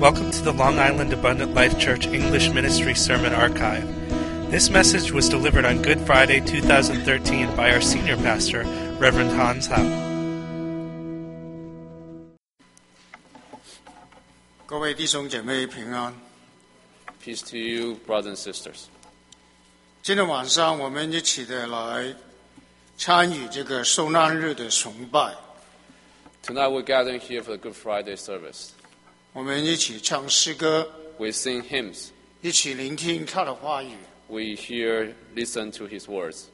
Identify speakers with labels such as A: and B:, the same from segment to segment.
A: Welcome to the Long Island Abundant Life Church English Ministry Sermon Archive. This message was delivered on Good Friday 2013 by our senior pastor, Reverend Hans Howe.
B: 各位弟兄姐妹平安。
C: Peace to you, brothers and sisters.
B: 今天晚上我们一起的来参与这个受难日的崇拜，
C: Tonight we're gathering here for the Good Friday service.
B: 我们一起唱诗歌，
C: We sing hymns.
B: 一起聆听他的话语。
C: We hear, listen to his words.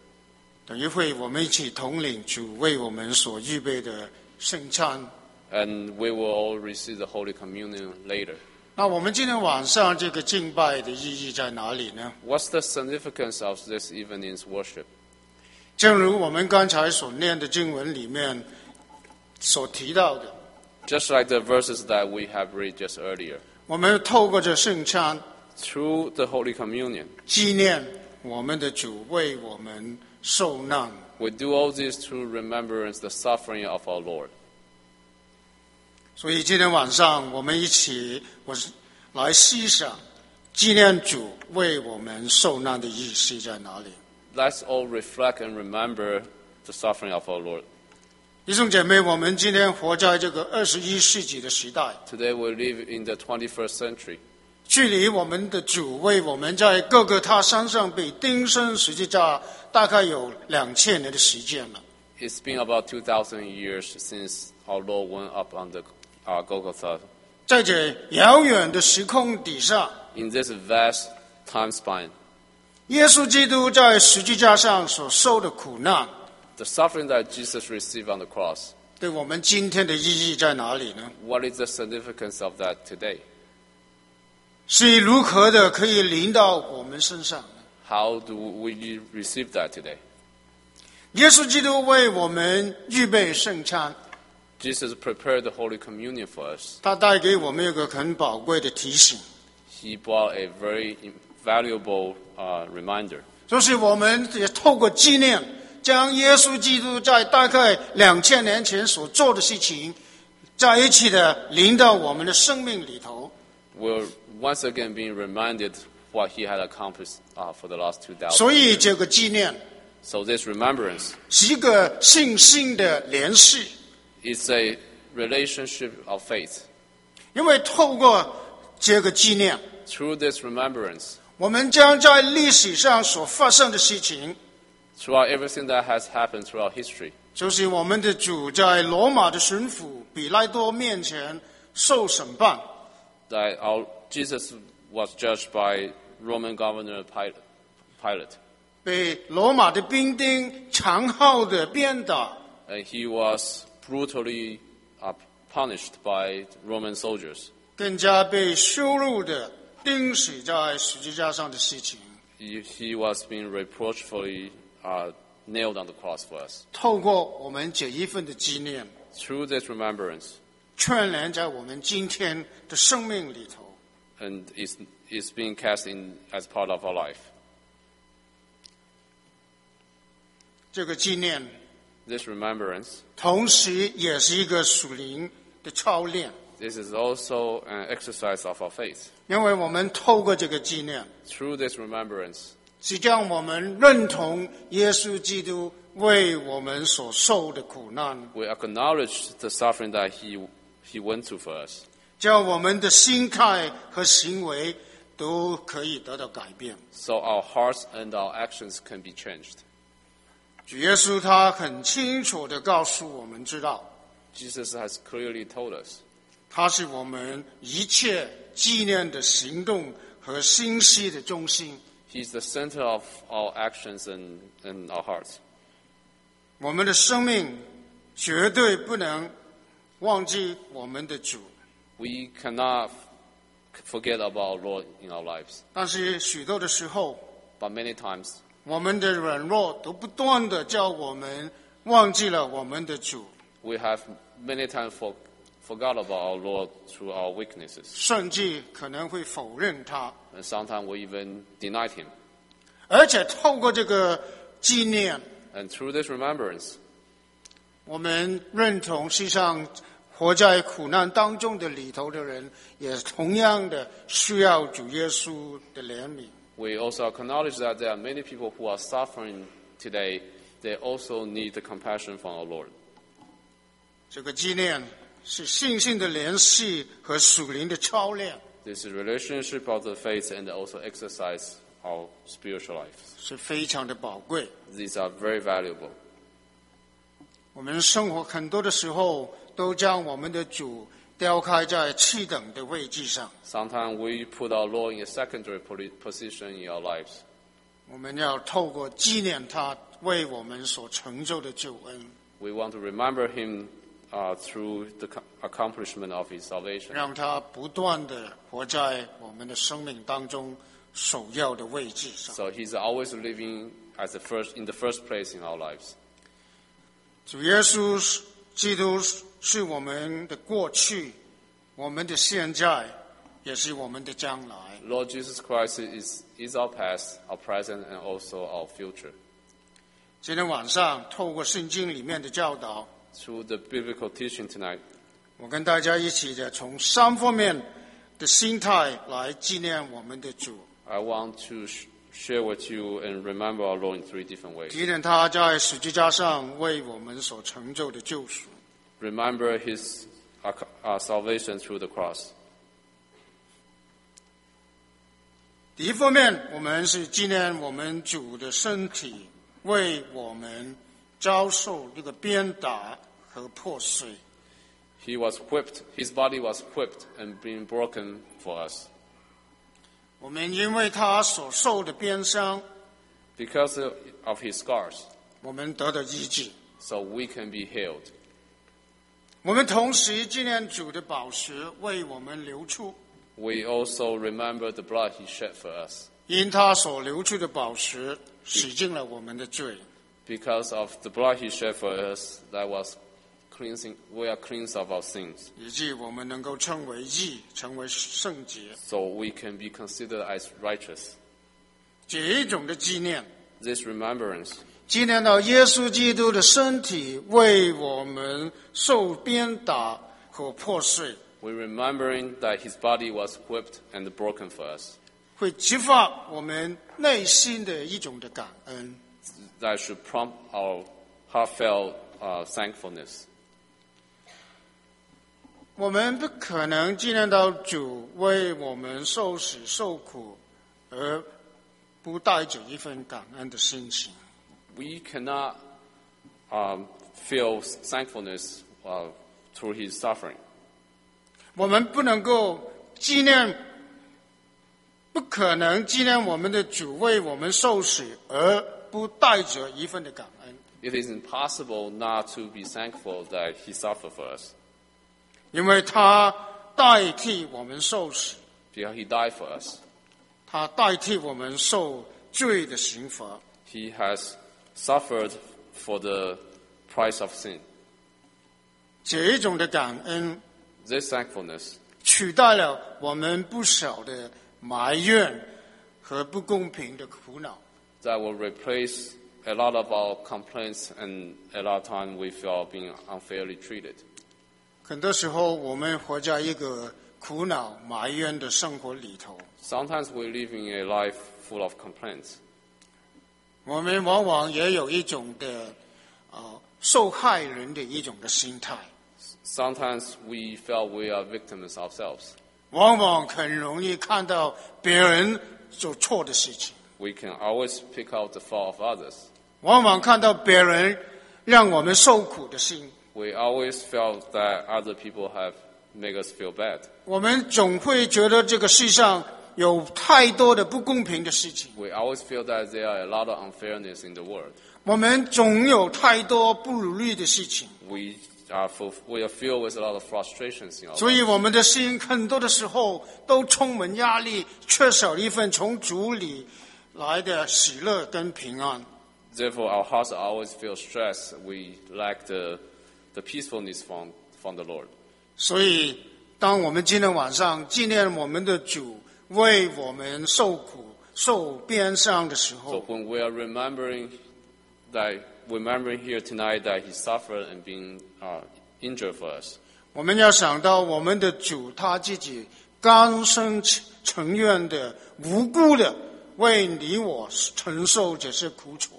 B: 等一会，我们一起统领主为我们所预备的圣餐。
C: And we will all receive the Holy Communion later.
B: 那我们今天晚上这个敬拜的意义在哪里呢？
C: What's the significance of this evening's worship?
B: 正如我们刚才所念的经文里面所提到的，
C: Just like the verses that we have read just earlier.
B: 我们透过这圣餐
C: Through the Holy Communion,
B: 纪念我们的主为我们受难。
C: we do all this to remembrance the suffering of our Lord.
B: 所以今天晚上我们一起，我是来欣赏纪念主为我们受难的意思在哪里。
C: Let's all reflect and remember the suffering of our Lord.
B: 弟兄姐妹，我们今天活在这个二十一世纪的时代，
C: Today we live in the 21st century.
B: 距离我们的主为我们在各个他山上被钉身十字架，大概有两千年的时间了。
C: It's been about 2,000 years since our Lord went up on the uh, Golgotha.
B: 在这遥远的时空底下，
C: In this vast time span,
B: 耶稣基督在十字架上所受的苦难，
C: the suffering that Jesus received on the cross,
B: 对我们今天的意义在哪里呢？
C: what is the significance of that today?
B: 是如何的可以临到我们身上？
C: How do we receive that today?
B: 耶稣基督为我们预备圣餐，
C: Jesus prepared the Holy Communion for us.
B: 他带给我们一个很宝贵的提醒，
C: He brought a very valuable uh, reminder.
B: 就是我们也透过纪念，将耶稣基督在大概两千年前所做的事情，在一起的临到我们的生命里头，
C: We're once again being reminded what he had accomplished uh, for the last 2,000
B: 所以
C: years.
B: 这个纪念
C: So this remembrance
B: 是一个信心的联系，
C: It's a relationship of faith.
B: 因为透过这个纪念，
C: Through this remembrance,
B: 我们将在历史上所发生的事情。
C: throughout everything that has happened throughout history,
B: 就是我们的主在罗马的巡抚比拉多面前受审判，
C: that our Jesus was judged by Roman governor Pil- Pilate,
B: 被罗马的兵丁残酷的鞭打，
C: and he was brutally uh, punished by Roman soldiers.
B: 更加被羞辱的钉死在十字架上的事情，
C: He, he was being reproachfully uh, nailed on the cross for us.
B: 透过我们这一份的纪念，
C: Through this remembrance,
B: 串联在我们今天的生命里头。
C: and it's, it's being cast in as part of our life.
B: 这个纪念，
C: This remembrance
B: 同时也是一个属灵的操练，
C: This is also an exercise of our faith.
B: 因为我们透过这个纪念，
C: Through this remembrance,
B: 实际上，我们认同耶稣基督为我们所受的苦难，
C: we acknowledge the suffering that he, he went through for us,
B: 叫我们的心态和行为都可以得到改变。
C: so our hearts and our actions can be changed.
B: 主耶稣他很清楚地告诉我们知道，
C: Jesus has clearly told us
B: 他是我们一切纪念的行动和心思的中心。
C: He's the center of our actions and, and our hearts.
B: 我们的生命绝对不能忘记我们的主，
C: We cannot forget about our Lord in our lives,
B: 但是许多的时候，
C: but many times
B: 我们的软弱都不断的叫我们忘记了我们的主，
C: we have many times for, forgot about our Lord through our weaknesses,
B: 甚至可能会否认他。
C: and sometimes we even denied Him.
B: 而且透过这个纪念，
C: And through this remembrance,
B: 我们认同世上活在苦难当中的里头的人，也同样的需要主耶稣的怜悯。
C: We also acknowledge that there are many people who are suffering today. They also need the compassion from our Lord.
B: 这个纪念是信心的联系和属灵的操练，
C: This is relationship of the faith and also exercise our spiritual life.
B: 是非常的宝贵。
C: These are very valuable.
B: 我们生活很多的时候，都将我们的主雕刻在次等的位置上。
C: Sometimes we put our Lord in a secondary poli- position in our lives.
B: 我们要透过纪念他为我们所成就的救恩，
C: We want to remember Him uh, through the co- accomplishment of His salvation.
B: 让他不断的活在我们的生命当中首要的位置上。
C: So He's always living as the first, in the first place in our lives.
B: 主耶稣基督是我们的过去，我们的现在，也是我们的将来。
C: Lord Jesus Christ is, is our past, our present, and also our future.
B: 今天晚上透过圣经里面的教导，
C: Through the biblical teaching tonight,
B: 我跟大家一起的从三方面的心态来纪念我们的主，
C: I want to sh- share with you and remember our Lord in three different ways.
B: 纪念他在十字架上为我们所成就的救赎。
C: Remember His uh, uh, salvation through the cross.
B: 第一方面，我们是纪念我们主的身体为我们遭受这个鞭打和破碎。
C: He was whipped, his body was whipped and being broken for us.
B: 我们因为他所受的鞭伤，
C: Because of his scars,
B: 我们得到医治。
C: so we can be healed.
B: 我们同时纪念主的宝石为我们流出，
C: We also remember the blood he shed for us.
B: 因他所流出的宝石洗净了我们的罪。
C: Because of the blood he shed for us, that was cleansing, we are cleansed of our sins.
B: 以致我们能够称为义，成为圣洁。
C: So we can be considered as righteous.
B: 这一种的纪念，
C: This remembrance
B: 纪念到耶稣基督的身体为我们受鞭打和破碎，
C: We're remembering that his body was whipped and broken for us.
B: 会激发我们内心的一种的感恩。
C: That should prompt our heartfelt uh, thankfulness.
B: 我们不可能纪念到主为我们受死受苦，而不带着一份感恩的心情。
C: We cannot um, feel thankfulness uh, through his suffering.
B: 我们不能够纪念，不可能纪念我们的主为我们受死，而不带着一份的感恩，
C: It is impossible not to be thankful that he suffered for us
B: 因为他代替我们受死，
C: because he died for us.
B: 他代替我们受罪的刑罚。
C: He has suffered for the price of sin.
B: 这一种的感恩
C: This thankfulness
B: 取代了我们不少的埋怨和不公平的苦恼。
C: that will replace a lot of our complaints and a lot of time we feel being unfairly treated.
B: 很多时候，我们活在一个苦恼、埋怨的生活里头。
C: Sometimes we live in a life full of complaints.
B: 我们往往也有一种的呃受害人的一种的心态，
C: Sometimes we feel we are victims ourselves.
B: 往往很容易看到别人做错的事情，
C: We can always pick out the fault of others.
B: 往往看到别人让我们受苦的心，
C: We always feel that other people have made us feel bad.
B: 我们总会觉得这个世上有太多的不公平的事情，
C: We always feel that there are a lot of unfairness in the world.
B: 我们总有太多不如意的事情，
C: We are, full, we are filled with a lot of frustrations in our
B: 所
C: life.
B: 以我们的心很多的时候都充满压力，缺少一份从主里来的喜乐跟平安。
C: Therefore, our hearts always feel stressed. We lack the, the peacefulness from, from the Lord.
B: 所以，当我们今天晚上纪念我们的主为我们受苦、受鞭伤的时
C: So
B: 候，
C: when we are remembering that, remembering here tonight that He suffered and being uh, injured for us,
B: 我们要想到我们的主他自己甘心情愿的、无辜的为你我承受这些苦楚。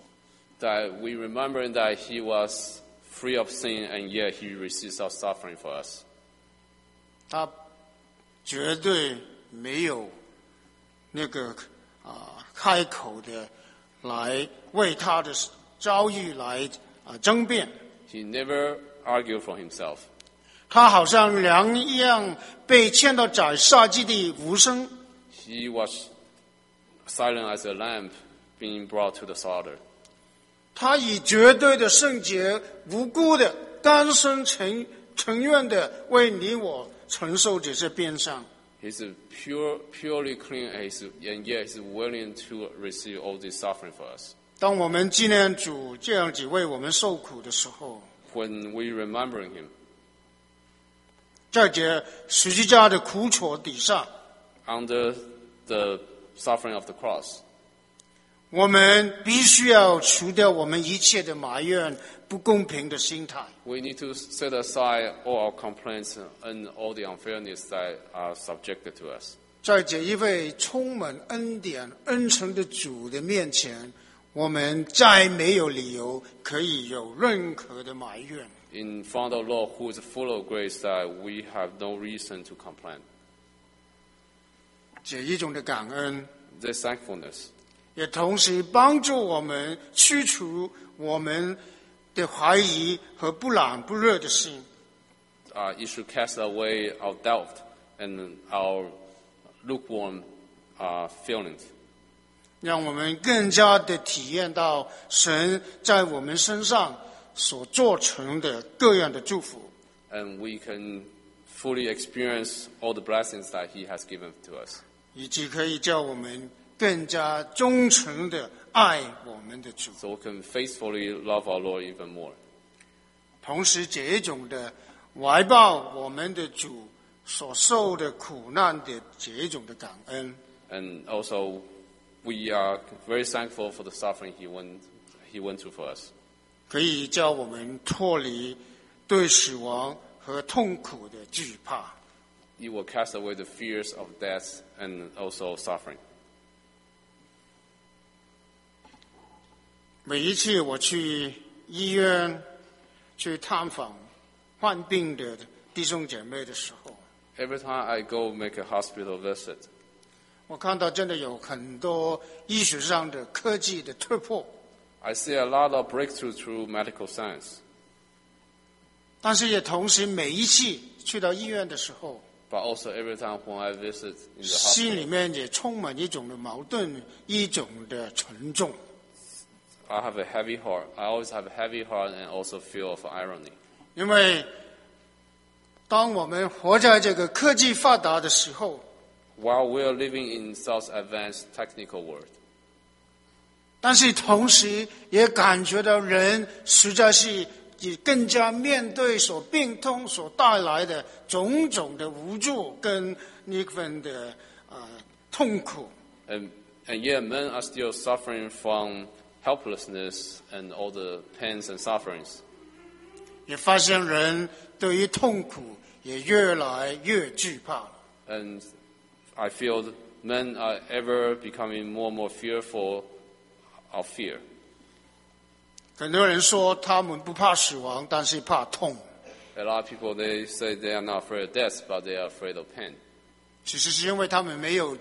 C: That we remember that he was free of sin and yet he receives our suffering for us.
B: 他绝对没有那个啊、开口的来为他的遭遇来啊、争辩，
C: He never argued for himself.
B: 他好像羊一样被牵到宰杀基地无声。
C: He was silent as a lamb being brought to the slaughter.
B: 他以绝对的圣洁、无辜的、甘心情情愿的为你我承受这些鞭伤。
C: He's a pure, purely clean, and, he's, and yet he's willing to receive all this suffering for us.
B: 当我们纪念主这样子为我们受苦的时候，
C: When we remember him,
B: 在这十字架的苦楚底下，
C: under the suffering of the cross,
B: 我们必须要除掉我们一切的埋怨、不公平的心态。
C: we need to set aside all our complaints and all the unfairness that are subjected to us.
B: 在这一位充满恩典、恩宠的主的面前，我们再没有理由可以有任何的埋怨。
C: In front of the Lord, who is full of grace, that we have no reason to complain.
B: 这一种的感恩，
C: This thankfulness
B: 也同时帮助我们驱除我们的怀疑和不冷不热的心。
C: uh, it should cast away our doubt and our lukewarm uh, feelings.
B: 让我们更加的体验到神在我们身上所做成的各样的祝福。
C: and we can fully experience all the blessings that He has given to us,
B: 以及可以叫我们更加忠诚的爱我们的主。
C: so we can faithfully love our Lord even more.
B: 同时，这一种的怀抱我们的主所受的苦难的这一种的感恩，
C: And also, we are very thankful for the suffering He went He went through for us,
B: 可以叫我们脱离对死亡和痛苦的惧怕。
C: He will cast away the fears of death and also suffering.
B: 每一次我去医院去探访患病的弟兄姐妹的时候，
C: Every time I go make a hospital visit,
B: 我看到真的有很多医学上的科技的突破，
C: I see a lot of breakthrough through medical science.
B: 但是也同时每一次去到医院的时候，
C: But also every time when I visit in the
B: 心里
C: hospital,
B: 面也充满一种的矛盾，一种的沉重。
C: I have a heavy heart. I always have a heavy heart and also feel of irony.
B: 因为当我们活在这个科技发达的时候，
C: While we are living in such advanced technical world,
B: 但是同时也感觉到人实在是也更加面对所病痛所带来的种种的无助跟那份的呃痛苦。
C: and, and yet men are still suffering from helplessness and all the pains and sufferings.
B: 也发现人对于痛苦也越来越惧怕了。
C: And I feel that men are ever becoming more and more fearful of fear.
B: 很多人说他们不怕死亡，但是怕痛。
C: A lot of people they say they are not afraid of death, but they are afraid of pain.
B: 其实是因为他们没有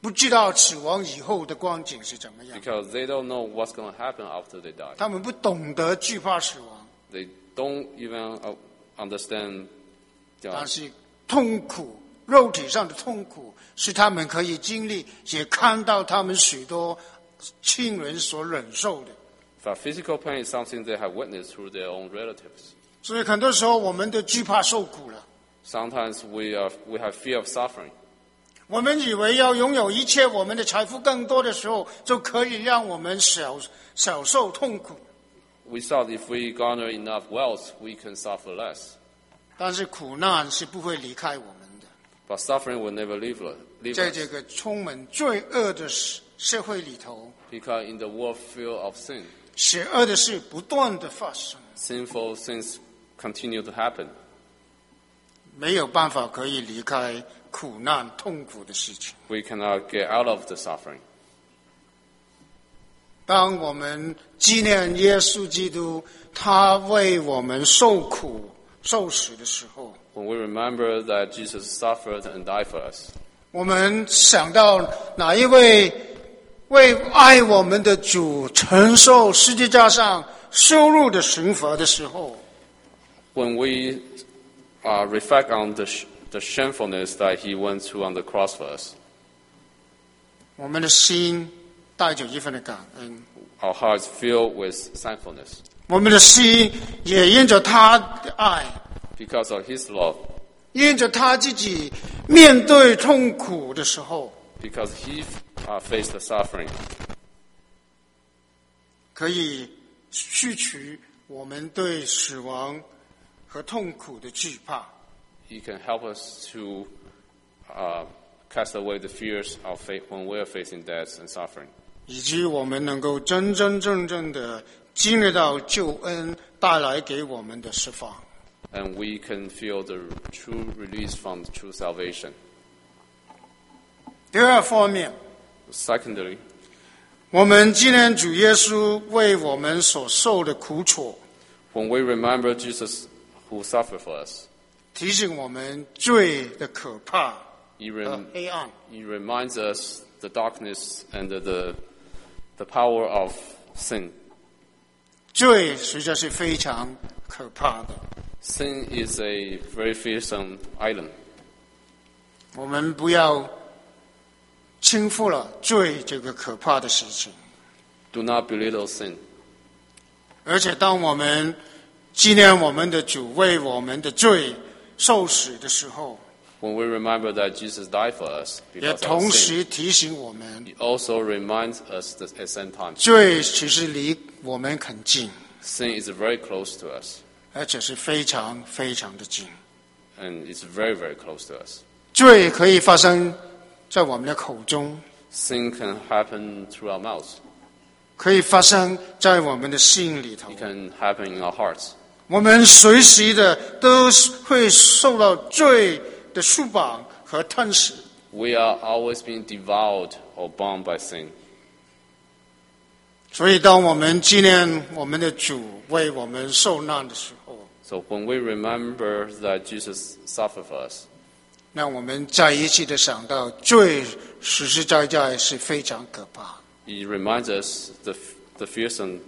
B: 不知道死亡以后的光景是怎么样，
C: Because they don't know what's going to happen after they die.
B: 他们不懂得惧怕死亡，
C: They don't even uh, understand. you know,
B: 但是痛苦、肉体上的痛苦是他们可以经历，也看到他们许多亲人所忍受的。
C: But physical pain is something they have witnessed through their own relatives.
B: 所以很多时候，我们都惧怕受苦了。
C: Sometimes we, are, we have fear of suffering.
B: 我们以为要拥有一切，我们的财富更多的时候，就可以让我们少少受痛苦。
C: We thought if we garner enough wealth, we can suffer less.
B: 但是苦难是不会离开我们的。
C: But suffering will never leave, us- leave
B: 在这
C: us
B: 个充满罪恶的社社会里头，
C: because in the world filled of sin,
B: 邪恶的事不断的发生。
C: sinful things continue to happen.
B: 没有办法可以离开苦难痛苦的事情。
C: We cannot get out of the suffering.
B: 当我们纪念耶稣基督，他为我们受苦受死的时候，
C: When we remember that Jesus suffered and died for us,
B: 我们想到哪一位为爱我们的主承受十字架上羞辱的刑罚的时候，
C: when we uh, reflect on the, sh- the shamefulness that he went through on the cross for us,
B: 我们的心带着一份的感恩，
C: our hearts filled with thankfulness
B: 我们的心也因着他的爱，
C: because of his love,
B: 因着他自己面对痛苦的时候，
C: because he uh, faced the suffering.
B: 可以去除我们对死亡和痛苦的惧怕。
C: He can help us to uh, cast away the fears of faith when we are facing death and suffering,
B: 以及我们能够真真正正的经历到救恩带来给我们的释放。
C: and we can feel the true release from the true salvation.
B: 第二方面，
C: Secondly,
B: 我们纪念主耶稣为我们所受的苦楚，
C: when we remember Jesus who suffered for us,
B: 提醒我们罪的可怕
C: he,
B: 和
C: rem-
B: 黑暗。
C: he reminds us the darkness and the, the, the power of sin.
B: 罪实在是非常可怕的。
C: Sin is a very fearsome item.
B: 我们不要轻忽了罪这个可怕的事情。
C: Do not belittle sin.
B: 而且，当我们纪念我们的主为我们的罪受死的时候，
C: When we remember that Jesus died for us
B: 也
C: because
B: 同
C: of sin,
B: 时提醒我们，
C: He also reminds us that at the same time,
B: 罪其实离我们很近，
C: sin is very close to us,
B: 而且是非常非常的近。
C: and it's very, very close to us.
B: 罪可以发生在我们的口中，
C: Sin can happen through our mouths.
B: 可以发生在我们的心里头
C: It。can happen in our hearts.
B: 我们随时的都是会受到罪的束绑和吞噬。
C: We are always being devoured or bound by sin.
B: 所以，当我们纪念我们的主为我们受难的时候，
C: So when we remember that Jesus suffered for us,
B: 让我们再一次的想到，罪实实在在是非常可怕，
C: He reminds us the, the fearsome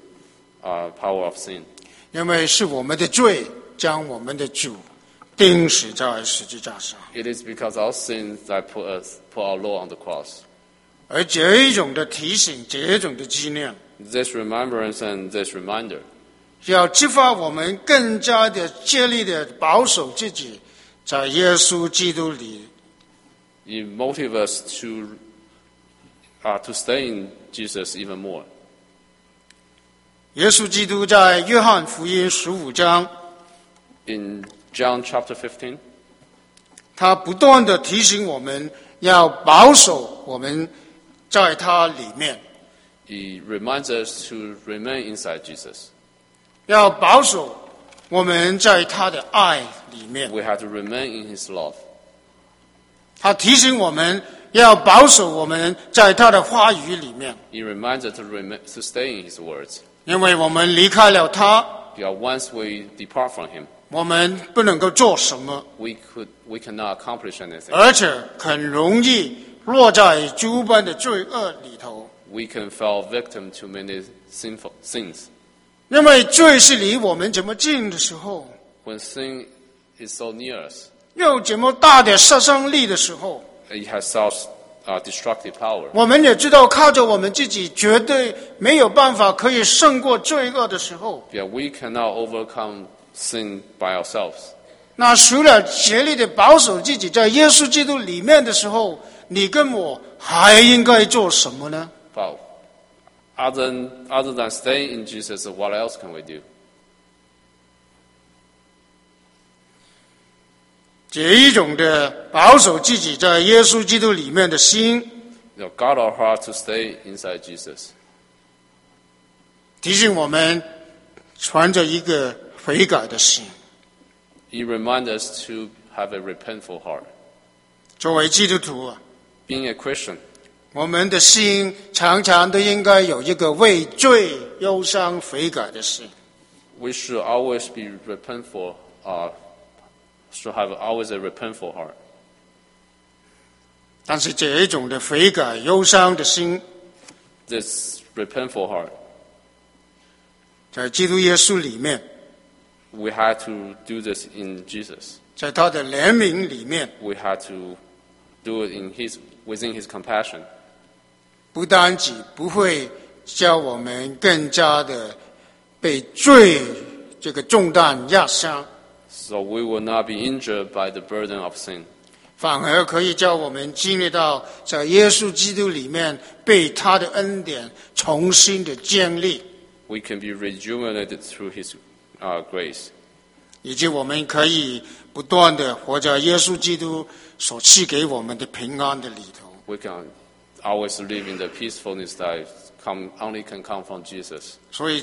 C: uh, power of sin
B: 因为是我们的罪将我们的主钉死在十字架上，
C: It is because our sins that put us put our Lord on the cross.
B: 而这一种的提醒，这一种的纪念，
C: This remembrance and this reminder
B: 要激发我们更加的竭力的保守自己在耶稣基督里，
C: it motivates us to uh, to stay in Jesus even more.
B: 耶稣基督在约翰福音十五章，
C: In John chapter 15,
B: 他不断的提醒我们要保守我们在他里面。
C: he reminds us to remain inside Jesus.
B: 要保守我们在他的爱里面。
C: We have to remain in His love.
B: 他提醒我们要保守我们在他的话语里面，
C: He reminds us to remain to stay in His words.
B: 因为我们离开了他，
C: Because once we depart from Him,
B: 我们不能够做什么，
C: we could we cannot accomplish anything.
B: 而且很容易落在诸般的罪恶里头。
C: We can fall victim to many sinful sins.
B: 因为罪是离我们怎么近的时候，
C: When sin is so near us,
B: 又怎么大的杀伤力的时候，
C: it has such uh, destructive power.
B: 我们也知道靠着我们自己绝对没有办法可以胜过罪恶的时候，
C: Yeah, we cannot overcome sin by ourselves.
B: 那除了竭力的保守自己在耶稣基督里面的时候，你跟我还应该做什么呢？
C: But other than, other than staying in Jesus, what else can we do?
B: 这一种的保守自己在耶稣基督里面的心，
C: You know, guard our heart to stay inside Jesus.
B: 提醒我们存着一个悔改的心，
C: He reminds us to have a repentful heart.
B: 作为基督徒啊，
C: Being a Christian,
B: 我们的心常常都应该有一个为罪忧伤悔改的心。
C: we should always be repentful, uh, should have always a repentful heart.
B: 但是这一种的悔改忧伤的心，
C: This repentful heart,
B: 在基督耶稣里面，
C: we had to do this in Jesus.
B: 在他的怜悯里面，
C: We had to do it in His within His compassion.
B: 不单只不会叫我们更加的被罪这个重担压伤，
C: So we will not be injured by the burden of sin.
B: 反而可以叫我们经历到在耶稣基督里面被他的恩典重新的建立，
C: We can be rejuvenated through His uh, grace.
B: 以及我们可以不断的活在耶稣基督所赐给我们的平安的里头。
C: We can always live in the peacefulness that come, only can come from Jesus.
B: 所以，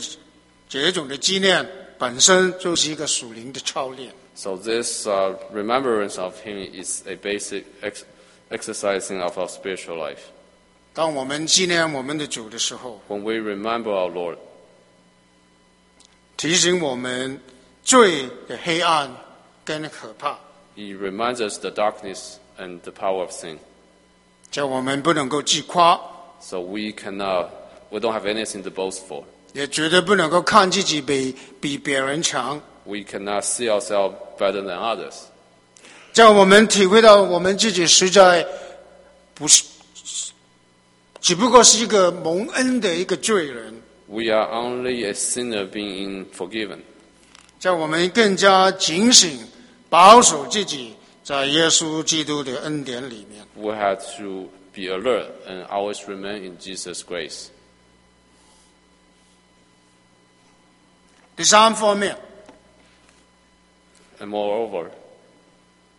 B: 这种的纪念本身就是一个属灵的操练。
C: So this uh, remembrance of Him is a basic ex- exercising of our spiritual life.
B: 当我们纪念我们的主的时候，
C: When we remember our Lord,
B: 提醒我们罪的黑暗跟可怕，
C: He reminds us the darkness and the power of sin.
B: 叫我们不能够自夸，
C: So we cannot, we don't have anything to boast for.
B: 也绝对不能够看自己比比别人强。
C: We cannot see ourselves better than others.
B: 叫我们体会到我们自己实在不是，只不过是一个蒙恩的一个罪人，
C: We are only a sinner being forgiven.
B: 叫我们更加警醒，保守自己在耶稣基督的恩典里面。
C: We have to be alert and always remain in Jesus' grace.
B: 第三方面，
C: And moreover,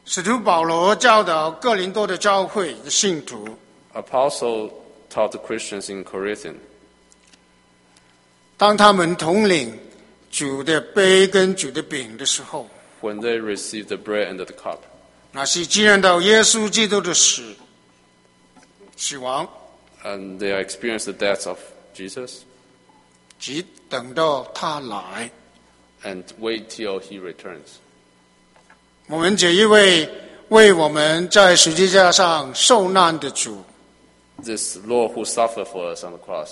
B: 使徒保罗教导哥林多的教会的信徒，
C: Apostle taught the Christians in Corinthian
B: 当他们统领主的杯跟主的饼的时候，
C: when they received the bread and the cup.
B: 那是纪念到耶稣基督的死、死亡，
C: and they experienced the death of Jesus
B: 即等到他来。
C: and wait till he returns.
B: 我们这一位为我们在十字架上受难的主，
C: This Lord who suffered for us on the cross,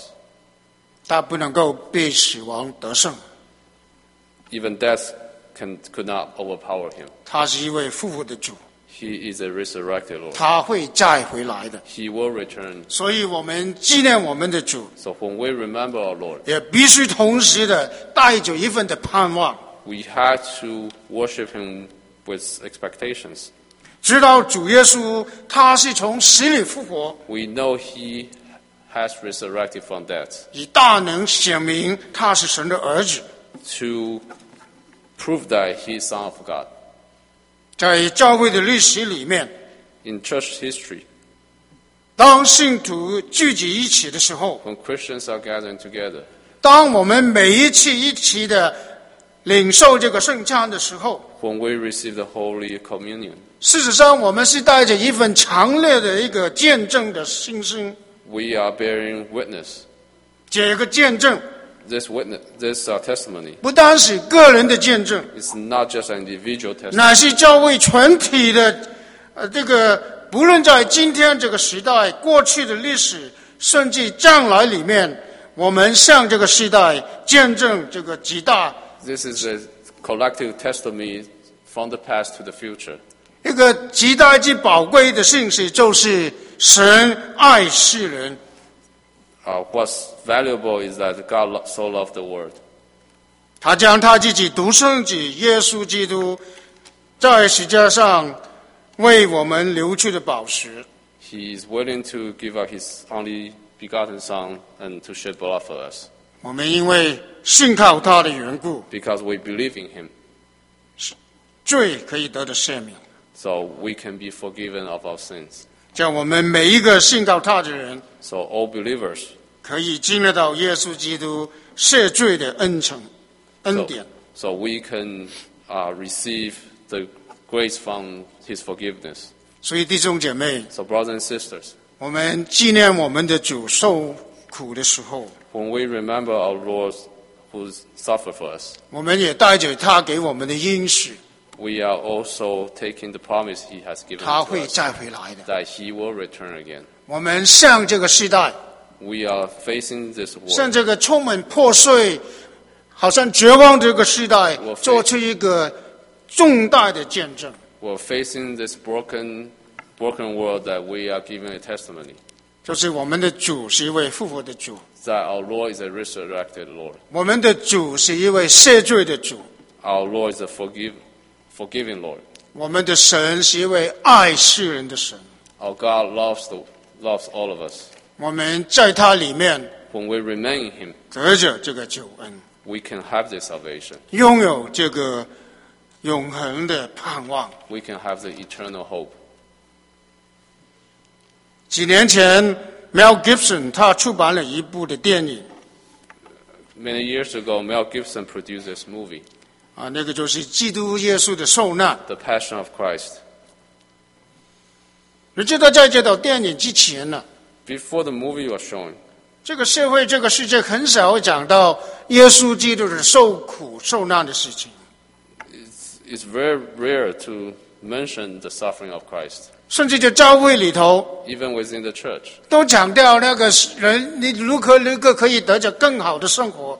B: 他不能够被死亡得胜，
C: even death can, could not overpower him.
B: 他是一位复活的主，
C: He is a resurrected Lord.
B: 他会再回来的。
C: He will return.
B: 所以，我们纪念我们的主，
C: So when we remember our Lord,
B: 也必须同时的带着一份的盼望，
C: we had to worship him with expectations.
B: 知道主耶稣他是从死里复活，
C: We know he has resurrected from death
B: 以大能显明他是神的儿子。
C: to prove that he is Son of God.
B: 在教会的历史里面，
C: In church history,
B: 当信徒聚集一起的时候，
C: when Christians are gathering together,
B: 当我们每一次一次的领受这个圣餐的时候，
C: when we receive the Holy Communion,
B: 事实上我们是带着一份强烈的一个见证的信心。
C: we are bearing witness.
B: 这个见证
C: This witness, this uh, testimony
B: 不单是个人的见证，
C: is not just an individual testimony.
B: 乃是教会全体的，呃，这个不论在今天这个时代、过去的历史，甚至将来里面，我们向这个时代见证这个极大
C: This is a collective testimony from the past to the future.
B: 一个极大之宝贵的信息，就是神爱世人。
C: Uh, what's valuable is that God lo- so loved the world.
B: 他将他自己独生子耶稣基督在十字架上为我们流去的宝石，
C: He is willing to give up His only begotten Son and to shed blood for us
B: 我们因为信靠他的缘故，
C: because we believe in Him.
B: 罪可以得到赦免。
C: So we can be forgiven of our sins.
B: 叫我们每一个信靠他的人，
C: So all believers
B: 可以经历到耶稣基督赦罪的恩宠、恩
C: So,
B: 典。
C: so we can uh, receive the grace from His forgiveness.
B: 所以弟兄姐妹，
C: So, brothers and sisters,
B: 我们纪念我们的主受苦的时候，
C: when we remember our Lord who suffered for us,
B: 我们也带着他给我们的应许，
C: we are also taking the promise He has given
B: 他
C: to
B: 会
C: us
B: 再回来的。
C: that He will return again.
B: 我们向这个时代，
C: We are facing this
B: 向
C: world.
B: 这个充满破碎、好像绝望这个时代
C: 我，非
B: 做出一个重大的见证。
C: We're facing this broken, broken world that we are giving a testimony
B: 就是我们的主是一位复活的主，
C: that our Lord is a resurrected Lord.
B: 我们的主是一位赦罪的主，
C: Our Lord is a forgive, forgiving Lord.
B: 我们的神是一位爱世人的神。
C: Our God loves, the, loves all of us.
B: 我们在他里面
C: When we remain in Him,
B: 得着这个救恩，
C: we can have this salvation.
B: 拥有这个永恒的盼望。
C: We can have the eternal hope.
B: 几年前，Mel Gibson 他出版了一部的电影
C: Many years ago, Mel Gibson produced this movie,
B: 啊，那个就是基督耶稣的受难。
C: The Passion of Christ.
B: 你知道，在这套电影之前呢，
C: Before the movie was shown,
B: 这个社会、这个世界很少讲到耶稣基督的受苦受难的事情。
C: it's, it's very rare to mention the suffering of Christ,
B: 甚至在教会里头
C: even within the church.
B: 都强调那个人，你如何能够可以得着更好的生活，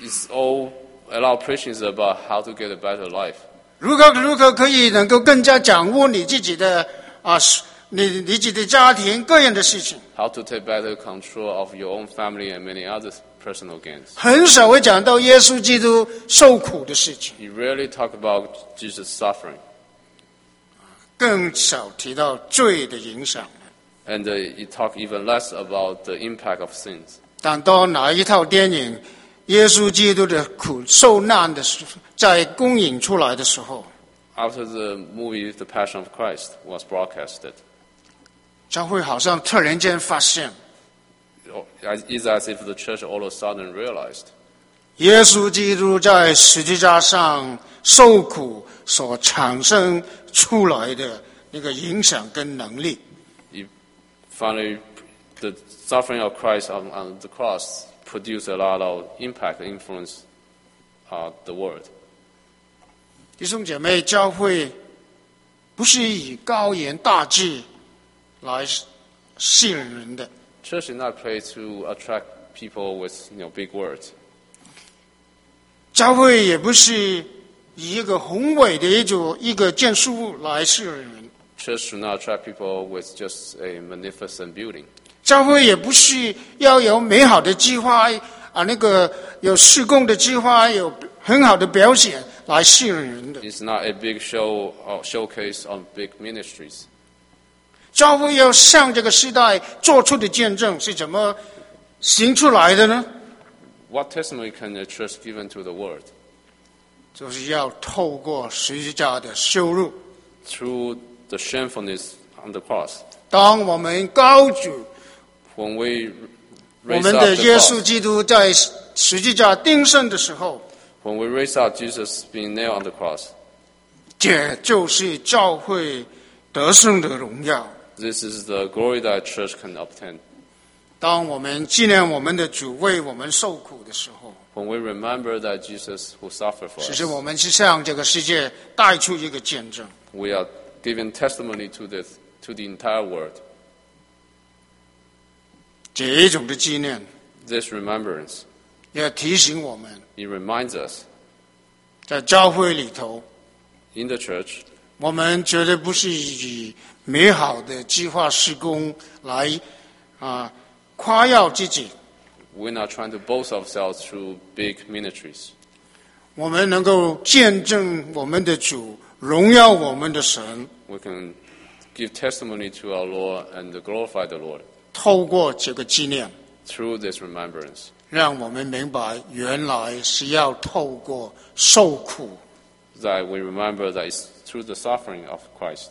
C: It's all a lot of preaching is about how to get a better life,
B: 如何如何可以能够更加掌握你自己的啊，是你你自己的家庭个人的事情，
C: how to take better control of your own family and many other personal gains.
B: 很少会讲到耶稣基督受苦的事情，
C: You rarely talk about Jesus' suffering
B: 更少提到罪的影响。
C: and uh, you talk even less about the impact of sins.
B: 但当哪一套电影《耶稣基督的苦受难》的时候，在公映出来的时候，
C: After the movie The Passion of Christ was broadcasted,
B: 教会好像突然间发现，
C: it's oh, as if the church all of a sudden realized
B: 耶稣基督在十字架上受苦所产生出来的那个影响跟能力，
C: finally the suffering of Christ on, on the cross produced a lot of impact, influence uh, the world.
B: 弟兄姐妹，教会不是以高言大志来吸引人的。
C: Church is not place to attract people with you know big words.
B: 教会也不是以一个宏伟的一种一个建筑物来吸引人，
C: Church should not attract people with just a magnificent building.
B: 教会也不是要有美好的计划啊，那个有施工的计划，有很好的表现来吸引人的。
C: It's not a big show or showcase on big ministries.
B: 教会要向这个时代做出的见证是怎么行出来的呢？
C: What testimony can a church give to the world?
B: 就是要透过十字架的羞辱。
C: Through the shamefulness on the cross.
B: 当我们高举
C: When we
B: 我
C: raise
B: 们
C: up
B: 的
C: the
B: 耶稣
C: cross,
B: 基督在十字架钉身的时候，
C: when we raise up Jesus being nailed on the cross,
B: 这就是教会得胜的荣耀。
C: this is the glory that church can obtain.
B: 当我们纪念我们的主为我们受苦的时候，
C: When we remember that Jesus who suffered for
B: 其实
C: us,
B: 我们是向这个世界带出一个见证。
C: we are giving testimony to the, to the entire world.
B: 这一种的纪念，
C: this remembrance.
B: 也提醒我们
C: It reminds us
B: 在教会里头，
C: in the church,
B: 我们绝对不是以美好的计划施工来啊夸耀自己。
C: we're not trying to boast ourselves through big ministries.
B: 我们能够见证我们的主，荣耀我们的神，
C: We can give testimony to our Lord and glorify the Lord
B: 透过这个纪念，
C: through this remembrance.
B: 让我们明白原来是要透过受苦，
C: That we remember that it's through the suffering of Christ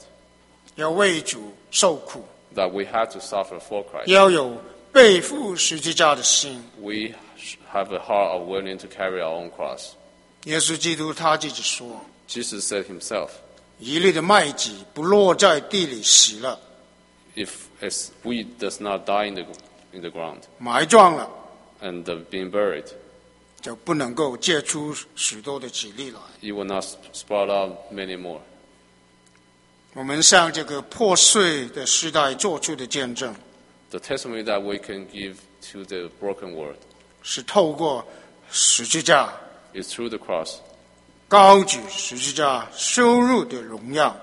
B: 要为主受苦，
C: that we had to suffer for Christ.
B: 要有背负十字架的心。
C: We sh- have a heart of willing to carry our own cross.
B: 耶稣基督他自己说
C: Jesus said himself,：“
B: 一粒的麦子不落在地里死了，
C: if as wheat does not die in the, in the ground
B: 埋葬了，
C: and uh, being buried,
B: 就不能够结出许多的籽粒来。
C: it will not sp- sprout out many more.
B: 我们向这个破碎的时代做出的见证，
C: The testimony that we can give to the broken world
B: 是透过十字架
C: is through the cross,
B: 高举十字架羞辱的荣耀，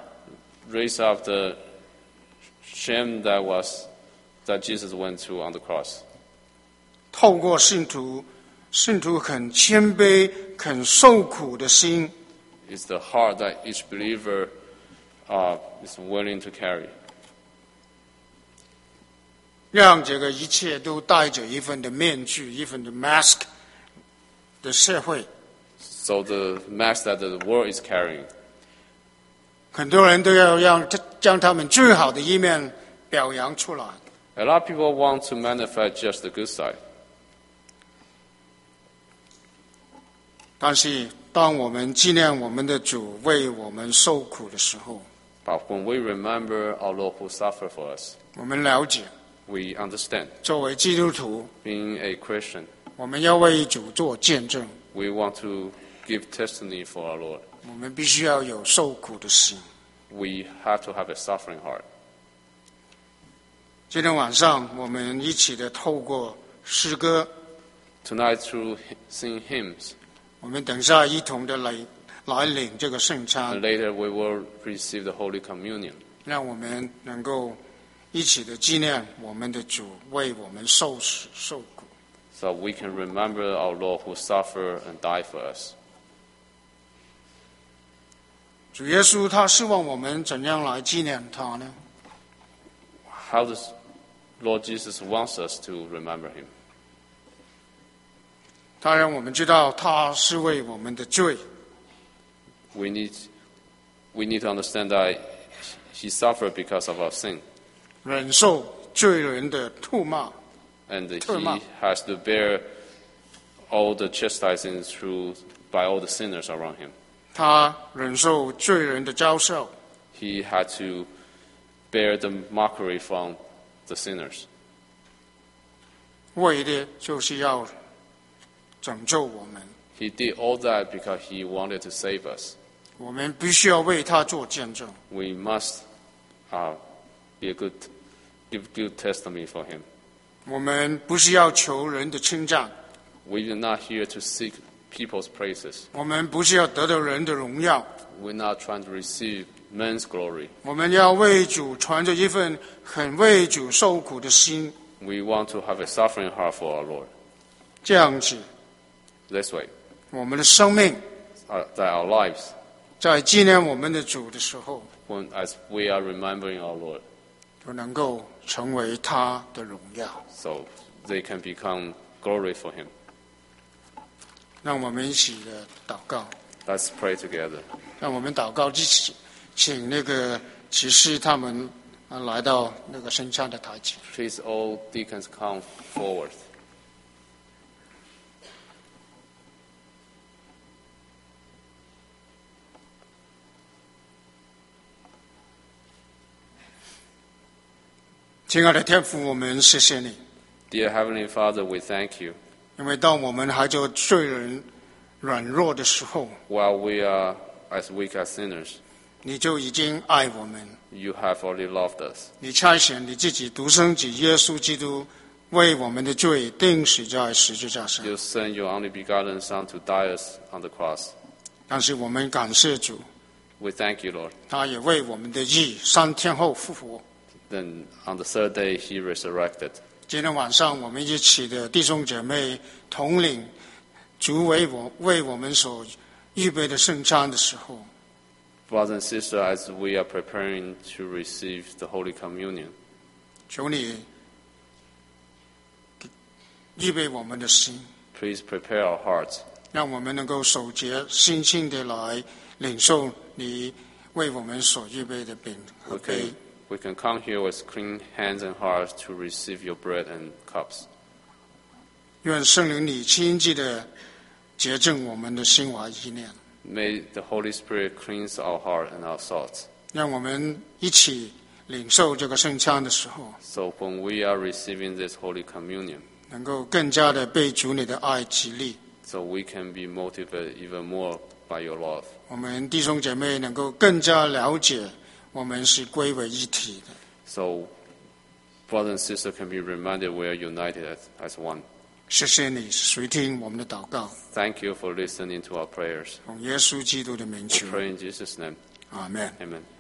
C: raise up the shame that was that Jesus went through on the cross.
B: 透过信徒，信徒很谦卑、肯受苦的心，
C: It's the heart that each believer uh, is willing to carry,
B: 让这个一切都戴着一份的面具、一份的 mask 的社会，
C: so the mask that the world is carrying.
B: 很多人都要让这将他们最好的一面表扬出来。
C: A lot of people want to manifest just the good side,
B: 但是，当我们纪念我们的主为我们受苦的时候，
C: but when we remember our Lord who suffered for us,
B: 我们了解，
C: we understand.
B: 作为基督徒，
C: Being a Christian,
B: 我们要为主做见证，
C: we want to give testimony for our Lord.
B: 我们必须要有受苦的心。
C: We have to have a suffering heart.
B: 今天晚上，我们一起的透过诗歌，
C: Tonight, through hy- singing hymns,
B: 我们等下一同的来来领这个圣餐
C: and，later we will receive the Holy Communion.
B: 让我们能够一起的纪念我们的主为我们受死受苦。
C: so we can remember our Lord who suffered and died for us.
B: 主耶稣他希望我们怎样来纪念他呢？
C: How does Lord Jesus wants us to remember him?
B: 他让我们知道他是为我们的罪，
C: We need, we need to understand that he suffered because of our sin,
B: 忍受罪人的唾骂，
C: and that
B: Turn him up.
C: he has to bear all the chastising through by all the sinners around him.
B: 他忍受罪人的嘲笑，
C: He had to bear the mockery from the sinners.
B: 为的就是要拯救我们。
C: He did all that because he wanted to save us.
B: 我们必须要为他做见证。
C: we must uh, be a good, give good testimony for him.
B: 我们不是要求人的称赞，
C: We are not here to seek people's praises.
B: 我们不是要得到人的荣耀，
C: We're not trying to receive men's glory.
B: 我们要为主传着一份很为主受苦的心。
C: We want to have a suffering heart for our Lord.
B: 这样子，
C: This way,
B: 我们的生命
C: uh, that our lives,
B: 在纪念我们的主的时候，
C: when, as we are remembering our Lord,
B: 就能够成为他的荣耀。
C: so they can become glory for him.
B: 让我们一起的祷告，
C: Let's pray together.
B: 让我们祷告之前，请那个骑士他们啊来到那个圣餐的台前。
C: Please, all deacons, come forward.
B: 亲爱的天父，我们谢谢你。
C: Dear Heavenly Father, we thank you.
B: 因为当我们还做罪人软弱的时候，
C: While we are as weak as sinners,
B: 你就已经爱我们，
C: you have already loved us.
B: 你差遣你自己独生子耶稣基督为我们的罪钉死在十字架上。
C: You sent your only begotten Son to die us on the cross.
B: 但是我们感谢主，
C: We thank you, Lord.
B: 他也为我们的义三天后复活。
C: Then on the third day, He resurrected.
B: 今天晚上，我们一起的弟兄姐妹统领主为我为我们所预备的圣餐的时候，
C: Brothers and sisters, as we are preparing to receive the Holy Communion,
B: 求你预备我们的心。
C: please prepare our hearts
B: 让我们能够守节，心性的来领受你为我们所预备的饼和
C: We
B: 杯。
C: can, we can come here with clean hands and hearts to receive your bread and cups.
B: 愿圣灵你亲自的洁净我们的心怀意念，
C: May the Holy Spirit cleanse our heart and our thoughts.
B: 让我们一起领受这个圣餐的时候，
C: So when we are receiving this Holy Communion,
B: 能够更加的被主你的爱激励，
C: so we can be motivated even more by your love.
B: 我们弟兄姐妹能够更加了解我们是归为一体的。
C: So brother and sister can be reminded we are united as, as one.
B: 谢谢你垂听我们的祷告，
C: Thank you for listening to our prayers.
B: 奉耶稣基督的名
C: We
B: 求，
C: pray in Jesus' name.
B: 阿门。
C: Amen.